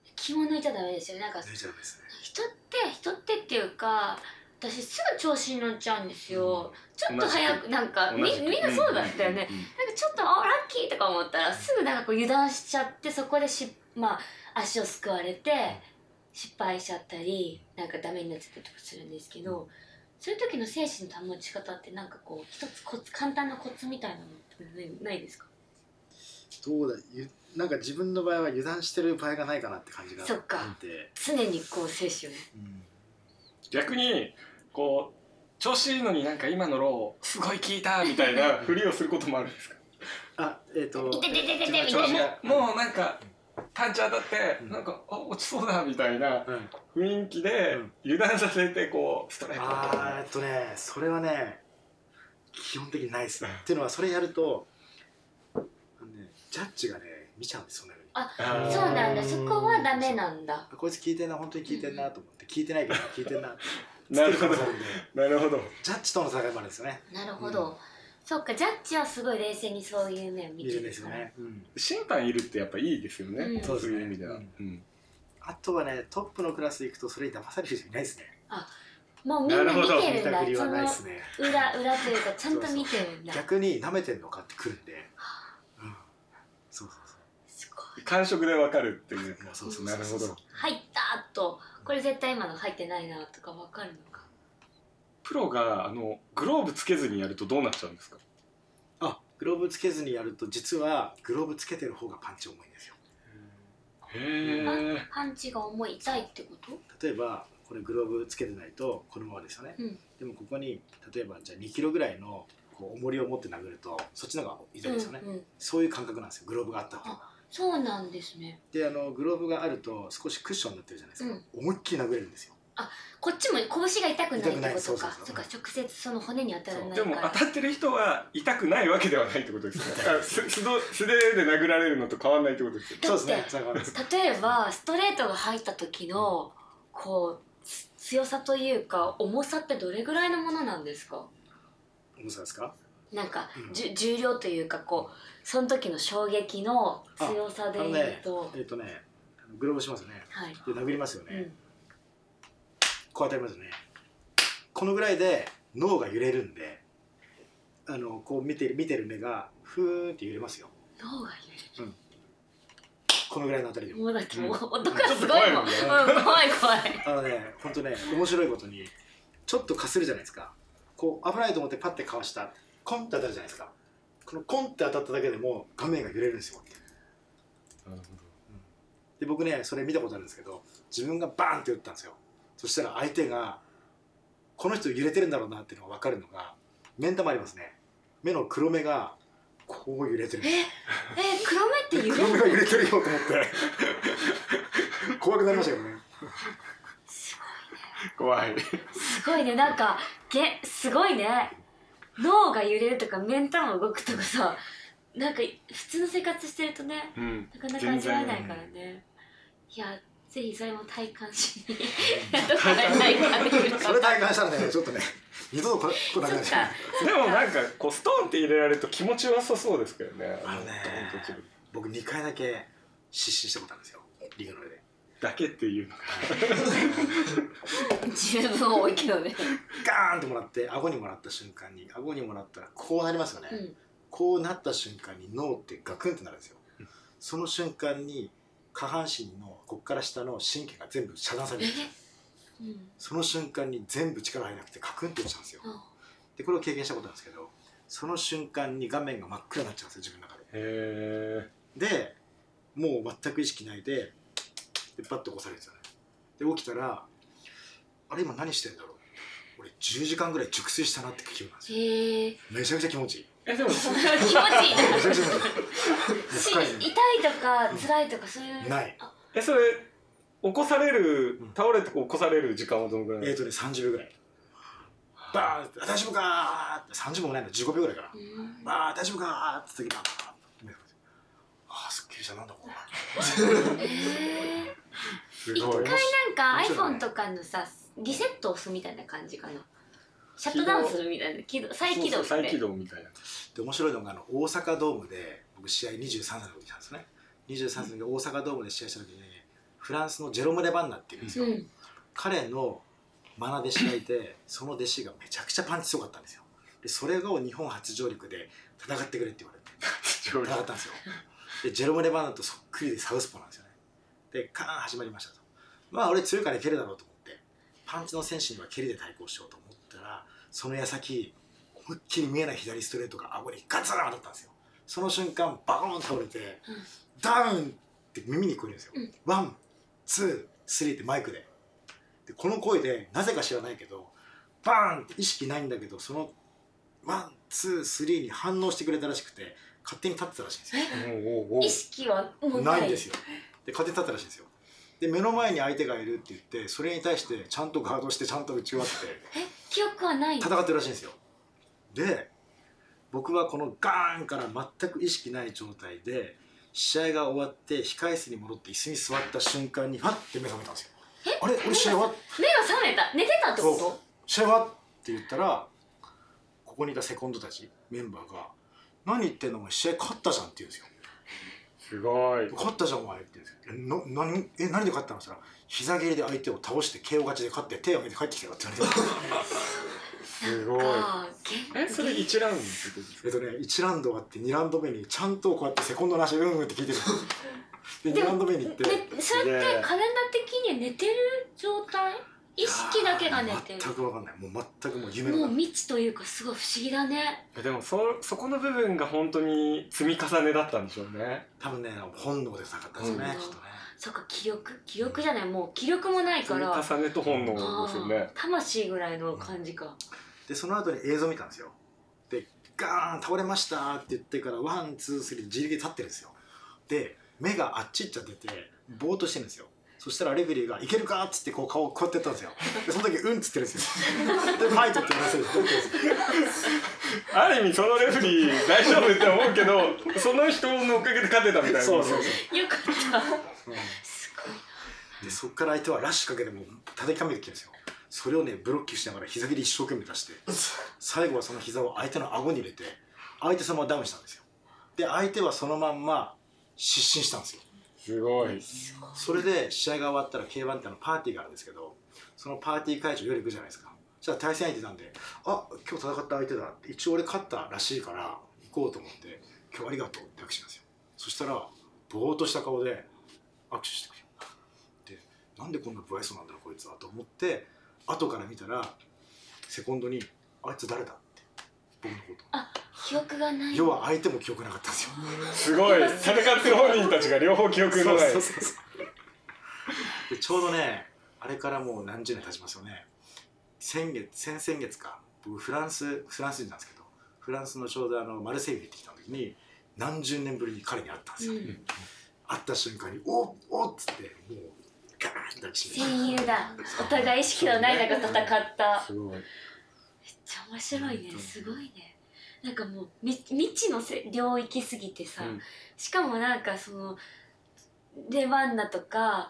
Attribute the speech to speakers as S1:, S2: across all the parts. S1: ですよねなんか
S2: 出ちゃうんですね
S1: 人って人ってっていうか私すぐ調子に乗っちゃうんですよ、ちょっと早くなんかみ
S3: 同じく
S1: みんなそうだったよね、
S3: うんうんうん
S1: なんかちょっとあラッキーとか思ったらすぐなんかこう油断しちゃってそこでし、まあ、足をすくわれて失敗しちゃったりなんかダメになっちゃったりとかするんですけどそういう時の精神の保ち方ってなんかこう一つコツ簡単なコツみたいなのってないないですか
S2: どうだゆなんか自分の場合は油断してる場合がないかなって感じがあって
S1: そっか常にこう精神をね
S2: うん
S3: 逆にこう調子いいのになんか今のローすごい効いたみた いなふりをすることもあるんですか
S2: あえっ、ー、と
S1: いててててて
S2: 自
S1: みたい
S2: 分の調子
S1: な
S2: が
S3: もうもうなんか単調当たって
S2: うん
S3: なんかあ落ちそうだみたいな
S2: うん
S3: 雰囲気で
S2: うん
S3: 油断させてこうストライクを取る
S2: あーえっとねそれはね基本的にないですねっていうのはそれやるとあの、ね、ジャッジがね見ちゃうんですよね
S3: あー
S1: そうなんだそこはダメなんだ
S2: こいつ聞いてんな本当に聞いてんなと思って聞いてないけど聞いてんな
S3: なるほど
S2: つけてくださるんで
S3: なるほど
S2: ジャッジとの差が生まれるんですよね
S1: なるほど、そっかジャッジはすごい冷静にそういう面を見
S2: 見
S1: て
S2: るん
S1: る
S2: ですよ
S1: から
S2: ね、うん
S3: 審判いるってやっぱいいですよ
S1: う
S3: ね
S1: ん
S3: そういう意味では
S2: そうです
S3: うん
S2: あとはねトップのクラス行くとそれに騙される人いないですね
S1: もうみんな見て
S2: 見
S1: るん
S2: た
S1: だ
S2: ふりはないです
S1: そ
S2: ね
S1: の裏裏というかちゃんと見てるんだ
S2: 逆に舐めてんのかってくるんで、うん、そうそうそう
S1: すごい
S3: 感触でわかるっていう
S2: もうそうそう
S3: な
S2: そう
S3: るほど
S1: 入ったーとこれ絶対今の入ってないなとかわかるのか
S3: プロがあのグローブつけずにやるとどうなっちゃうんですか
S2: あグローブつけずにやると実はグローブつけてる方がパンチ重いんですよ
S3: へえ
S1: パンチが重い痛いってこと
S2: 例えばこれグローブつけてないとこのままですよね、
S1: うん
S2: でもここに例えばじゃあ2キロぐらいのこう重りを持って殴るとそっちの方が痛いですよね、
S1: うんうん、
S2: そういう感覚なんですよグローブがあった方が
S1: そうなんですね
S2: であのグローブがあると少しクッションになってるじゃないですか、思いっきり殴れるんですよ
S1: こっちも拳が痛くないって
S2: 痛くない
S1: こ
S2: そ
S1: と
S2: うそう
S1: か
S2: そう
S1: そうか直接その骨に当たらない
S3: で
S1: か
S3: も
S1: ら
S3: 当たってる人は痛くないわけではないってことです ね。あす素ど素手で殴られるのと変わらないってことですよ。
S2: そうですねそうなんです
S1: 例えばストレートが入った時のこうつ強さというか重さってどれぐらいのものなんですか
S2: 重さですか
S1: なんか、
S2: うん
S1: じゅ重量というかこうその時の衝撃の強さで言うと、
S2: えっ、とねグローブしますよね
S1: はい、
S2: で殴りますよ
S1: う
S2: ね、
S1: ん、
S2: こう当たりますよねこのぐらいで脳が揺れるんであのこう見てる見てる目がふーんって揺れますよ
S1: 脳が
S2: このぐらいの当たりで
S1: 揺れる
S2: も
S1: もうだってもう、
S3: うん
S1: 音がすごいもん、う、
S3: うんん
S1: 怖い怖い
S2: あのねほんとね面白いことにちょっとかするじゃないですかこう危ないと思ってパッてかわしたコンって当たるじゃないですかこのコンって当たっただけでも画面が揺れるんですよで僕ねそれ見たことあるんですけど自分がバーンって打ったんですよそしたら相手がこの人揺れてるんだろうなっていうのが分かるのが目ん玉ありますね目の黒目がこう揺れてる
S1: ええ黒目って揺
S2: 黒
S1: れ
S2: 目
S1: る
S2: が揺れてるよと思って 怖くなりましたよね
S1: す
S3: 怖い。
S1: すごいねなんかげすごいね脳が揺れるとか目ん玉動くとかさなんか普通の生活してるとね
S3: うん。
S1: なかなか味わえないからねいやぜひそれも体感しにどこかで体感できる
S2: そ
S1: か
S2: れ体感したらねちょっとね二度と来来な
S1: そ
S2: くな
S1: っ
S2: っちゃう
S1: か
S3: でもなんかこうストンって入れられると気持ちよさそうですけどね。
S2: あのね
S3: ドンと落ちる
S2: 僕2回だけ失神したことあるんですよリーグの上で
S3: だけっていうのが。
S1: 十分多いけどね、
S2: ガーンともらって顎にもらった瞬間に顎にもらったらこうなりますよね、
S1: うん、
S2: こうなった瞬間に脳ってガクンってなるんですよ、その瞬間に下半身のこっから下の神経が全部遮断され
S1: え
S2: るんですよ
S1: うん
S2: その瞬間に全部力入らなくてカクンって落ちたんですよ
S1: あ
S2: でこれを経験したことなんですけどその瞬間に画面が真っ暗になっちゃうんですよ自分の中で
S3: へ
S2: でもう全く意識ないででパッと起こされるんですよねで起きたらあれ今何してんだろう俺10時間ぐらい熟睡したなって気分なんですよ
S1: へえ
S2: めちゃくちゃ気持ちいい
S3: え。えでも
S1: 気持ちいいな
S2: めちゃくちゃ気持ちい
S1: し
S2: い深
S1: 痛
S2: い
S1: いとか辛いとかそういう
S2: ない
S1: あ
S3: えそれ起こされる
S2: うん
S3: 倒れて起こされる時間はどのぐらいなん
S2: え
S3: で
S2: ー
S3: す
S2: とね30秒ぐらいバーンって「あ大丈夫か?」って30秒もないの15秒ぐらいかな
S1: うん
S2: 「バーン大丈夫か?」って時にあーあーすっきりしたなんだこれ
S1: ええ
S3: す
S1: 一
S3: ご
S1: 回
S3: い。
S1: なんか
S2: 面白い
S1: iPhone
S2: ね
S1: とかのさリセット押すみたいな感じかなシャットダウンするみたいな起動再起動みた
S3: そうそう
S1: い
S3: 再
S1: な
S3: 起動みたいな。
S2: で面白いのがあの大阪ドームで僕試合23歳の時に来たんですね23歳の時大阪ドームで試合した時にフランスのジェロム・レバンナっていうんですよ、
S1: うん
S2: 彼のマナ弟子がいてその弟子がめちゃくちゃパンチ強かったんですよでそれを日本初上陸で戦ってくれって言われて
S3: 上陸
S2: 戦ったんですよでジェロム・レバンナとそっくりでサウスポーなんですよねでカーン始まりましたとまあ俺強いからいけるだろうと思ってパンチの選手には蹴りで対抗しようと思ったらその矢先思いっきり見えない左ストレートが顎にガツン当たったんですよその瞬間バコーン倒れて
S1: うん
S2: ダウンって耳に聞こえるんですよ
S1: うん
S2: ワンツースリーってマイクででこの声でなぜか知らないけどバーンって意識ないんだけどそのワンツースリーに反応してくれたらしくて勝手に立ってたらしいんですよ
S3: おうおうおう
S1: 意識はもう
S2: ないんですよで勝手に立ったらしいんですよで目の前に相手がいるって言ってそれに対してちゃんとガードしてちゃんと打ち終わって
S1: え記憶はない
S2: 戦ってるらしいんですよで僕はこのガーンから全く意識ない状態で試合が終わって控え室に戻って椅子に座った瞬間にハッて目覚めたんですよあれ俺試合終わっ
S1: 目が覚めた寝てたってこ
S2: そう
S1: と
S2: 試合はって言ったらここにいたセコンドたちメンバーが「何言ってんのお前試合勝ったじゃん」って言うんですよ
S3: すご
S2: 「
S3: い
S2: 勝ったじゃんお前」って言うんですよ「えな何え何で勝ったの?」って言ったら「膝蹴りで相手を倒して KO 勝ちで勝って手を挙げて帰ってきたよ」って言われて
S3: すごい
S1: あーげん
S3: えそれ
S1: げん
S3: 一ラウンドってことです
S2: えっとね1ラウンド終わって2ラウンド目にちゃんとこうやってセコンドの足うんうんって聞いてるで2ラウンド目に行って
S1: ねそれって
S3: すげえ
S1: 体的には寝てる状態意識だけが寝て
S2: い
S1: る
S2: やー全く分かんないもう全くもう夢の
S1: もう
S2: 中
S1: 未知というかすごい不思議だね
S3: かでもそそこの部分が本当に積み重ねだったんでしょうね
S2: 多分ね本能で戦ったんですよね、
S1: うん
S2: きっとね
S1: そっか記憶記憶じゃないもう気力もない
S3: 積
S1: か
S3: み
S1: ら
S3: 重ねと本能
S1: あ
S3: ですよね
S1: ー魂ぐらいの感じか
S2: でその後に映像見たんですよでガーン倒れましたって言ってからワンツースリー自力で立ってるんですよで目があっち行っちゃっててぼーっとしてるんですよそしたらレフェリーが「いけるか?」っつってこう顔をこうやってやったんですよでその時「うん」っつってるんです よで「ファイト」って言わせるんですよ
S3: ある意味そのレフェリー大丈夫って思うけどその人のおかげで勝てたみたいな
S2: そうそうそう、
S1: よかっ た
S2: うん
S1: すごい
S2: でそっから相手はラッシュかけてもう叩きかめてきてるんですよそれをねブロッキングしながら膝蹴り一生懸命出して最後はその膝を相手の顎に入れて相手様はダウンしたんですよで相手はそのまんま失神したんですよ
S3: すごい
S1: すごい
S2: それで試合が終わったら K1 ってあのパーティーがあるんですけどそのパーティー会場夜行くじゃないですかじゃあ対戦相手なんであ今日戦った相手だって一応俺勝ったらしいから行こうと思って今日ありがとうって握手しますよそしたらぼーっとした顔で握手してくれるでなんでこんな不愛想なんだろうこいつはと思って後から見たらセコンドに「あいつ誰だ?」って僕のこと
S1: 記憶がない
S2: 要は相手も記憶なかったんですよ
S3: すごい戦ってる本人たちが両方記憶のない
S2: そうそうそうそうでちょうどねあれからもう何十年経ちますよね先月先々月か僕フランスフランス人なんですけどフランスのちょうどあのマルセイユに行ってきた時に何十年ぶりに彼に会ったんですよ、
S1: うん
S2: 会った瞬間に「おっおっ!」つってもうガーンって抱きしめて
S1: 戦友だお互い意識のない中戦った
S3: すごい
S1: めっちゃ面白い
S3: 本当
S1: ね
S3: に
S1: すごいねなんかもうみ未知のせ領域すぎてさ、
S3: うん
S1: しかもなんかそのレバンナとか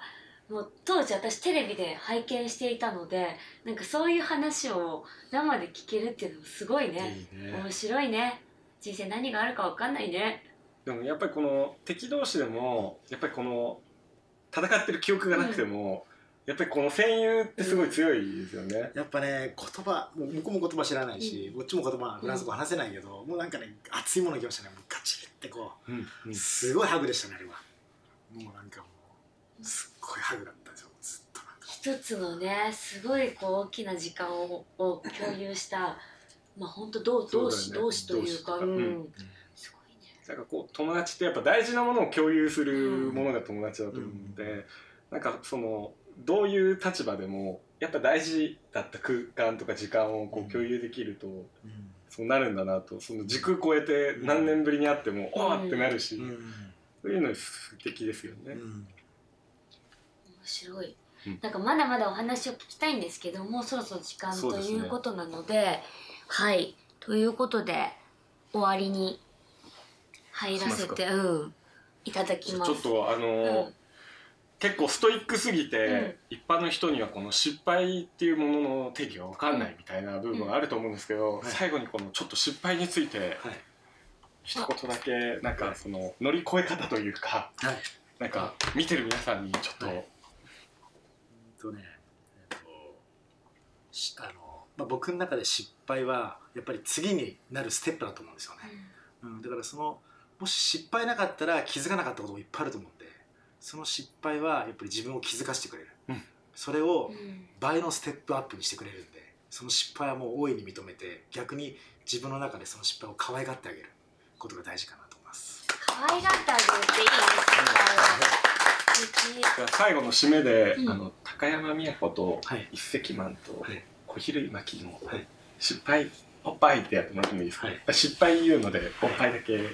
S1: もう当時私テレビで拝見していたのでなんかそういう話を生で聞けるっていうのもすごいね、
S3: いい
S1: 面白いね人生何があるかわかんないね
S3: でもやっぱりこの敵同士でもやっぱりこの戦ってる記憶がなくても、やっぱりこの戦友ってすごい強いですよね、
S2: やっぱね言葉もう向こうも言葉知らないし、
S1: う
S2: こっちも言葉フランス語話せないけど、もうなんかね熱いものが来ましたねもうガチってこ
S3: うん
S2: うすごいハグでしたねあれはもうなんかもうすっごいハグだったんですよずっとなんか
S1: 一つのねすごいこう大きな時間をを共有したまあ本当同同士、同士というかうん、すごいね
S3: なんかこう友達ってやっぱ大事なものを共有するものが友達だと思うので、なんかそのどういう立場でもやっぱ大事だった空間とか時間をこう共有できると、そうなるんだなとその時空超えて何年ぶりに会っても、
S1: うん
S3: おーってなるし、
S2: うん
S3: そういうの素敵ですよね。
S1: 面白い、
S3: うん
S1: なんかまだまだお話を聞きたいんですけどもうそろそろ時間
S3: そう
S1: と
S3: です
S1: い
S3: ね
S1: うことなのではいということで終わりに入らせ
S3: しま
S1: てうんいただき
S3: ち
S1: ます
S3: ょっとあの
S1: う
S3: ー
S1: ん
S3: 結構ストイックすぎて、一般の人にはこの失敗っていうものの定義が分かんないみたいな部分はあると思うんですけど、
S2: んはい
S3: 最後にこのちょっと失敗について
S2: はい
S3: 一言だけなんかその乗り越え方というか、
S2: はい
S3: なんか見てる皆さんにちょっと
S2: はいとね、えっとしあのまあ、僕の中で失敗はやっぱり次になるステップだと思うんですよね。うん、だからそのもし失敗なかったら気づかなかったこともいっぱいあると思うんでその失敗はやっぱり自分を気づかせてくれる、
S3: うん
S2: それ
S1: う
S2: を
S1: ん
S2: 倍のステップアップにしてくれるんでその失敗はもう大いに認めて逆に自分の中でその失敗を可愛がってあげることが大事かなと思います。
S1: 可愛がってあげるっていいですね。
S3: じゃあ最後の締めで、
S1: うん
S3: あの高山美也子と
S2: はい、
S3: 一石満と
S2: はい
S3: 小比類巻の
S2: はい
S3: 失敗おっぱいってやってもらってもいいですか、
S2: はい
S3: 失敗言うのでおっぱいだけ
S2: はい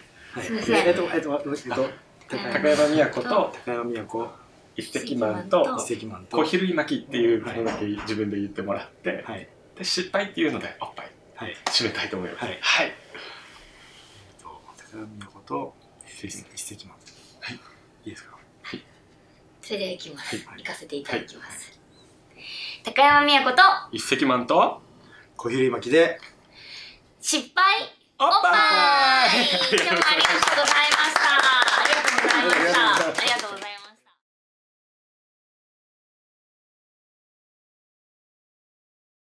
S1: すいません
S2: えっとえっとえっと高
S1: はい
S3: 高山美也子と
S2: 高山美也子
S3: 一石満と
S2: 一石満と
S3: 小比類巻っていうのだけ自分で言ってもらって、
S2: はい
S3: で失敗っていうのでおっぱい
S2: はい
S3: 締めたいと思います
S2: はい
S3: はい、
S2: えっと高山美也子と一石一石満
S3: はい
S2: いいですか
S1: それでは行きます。
S2: はい
S1: 行かせていただきます。高山美也子と
S3: 一石満と
S2: 小比類巻で
S1: 失敗
S3: おっ
S1: おっぱい。
S3: ぱい
S1: 今日もありがとうございました。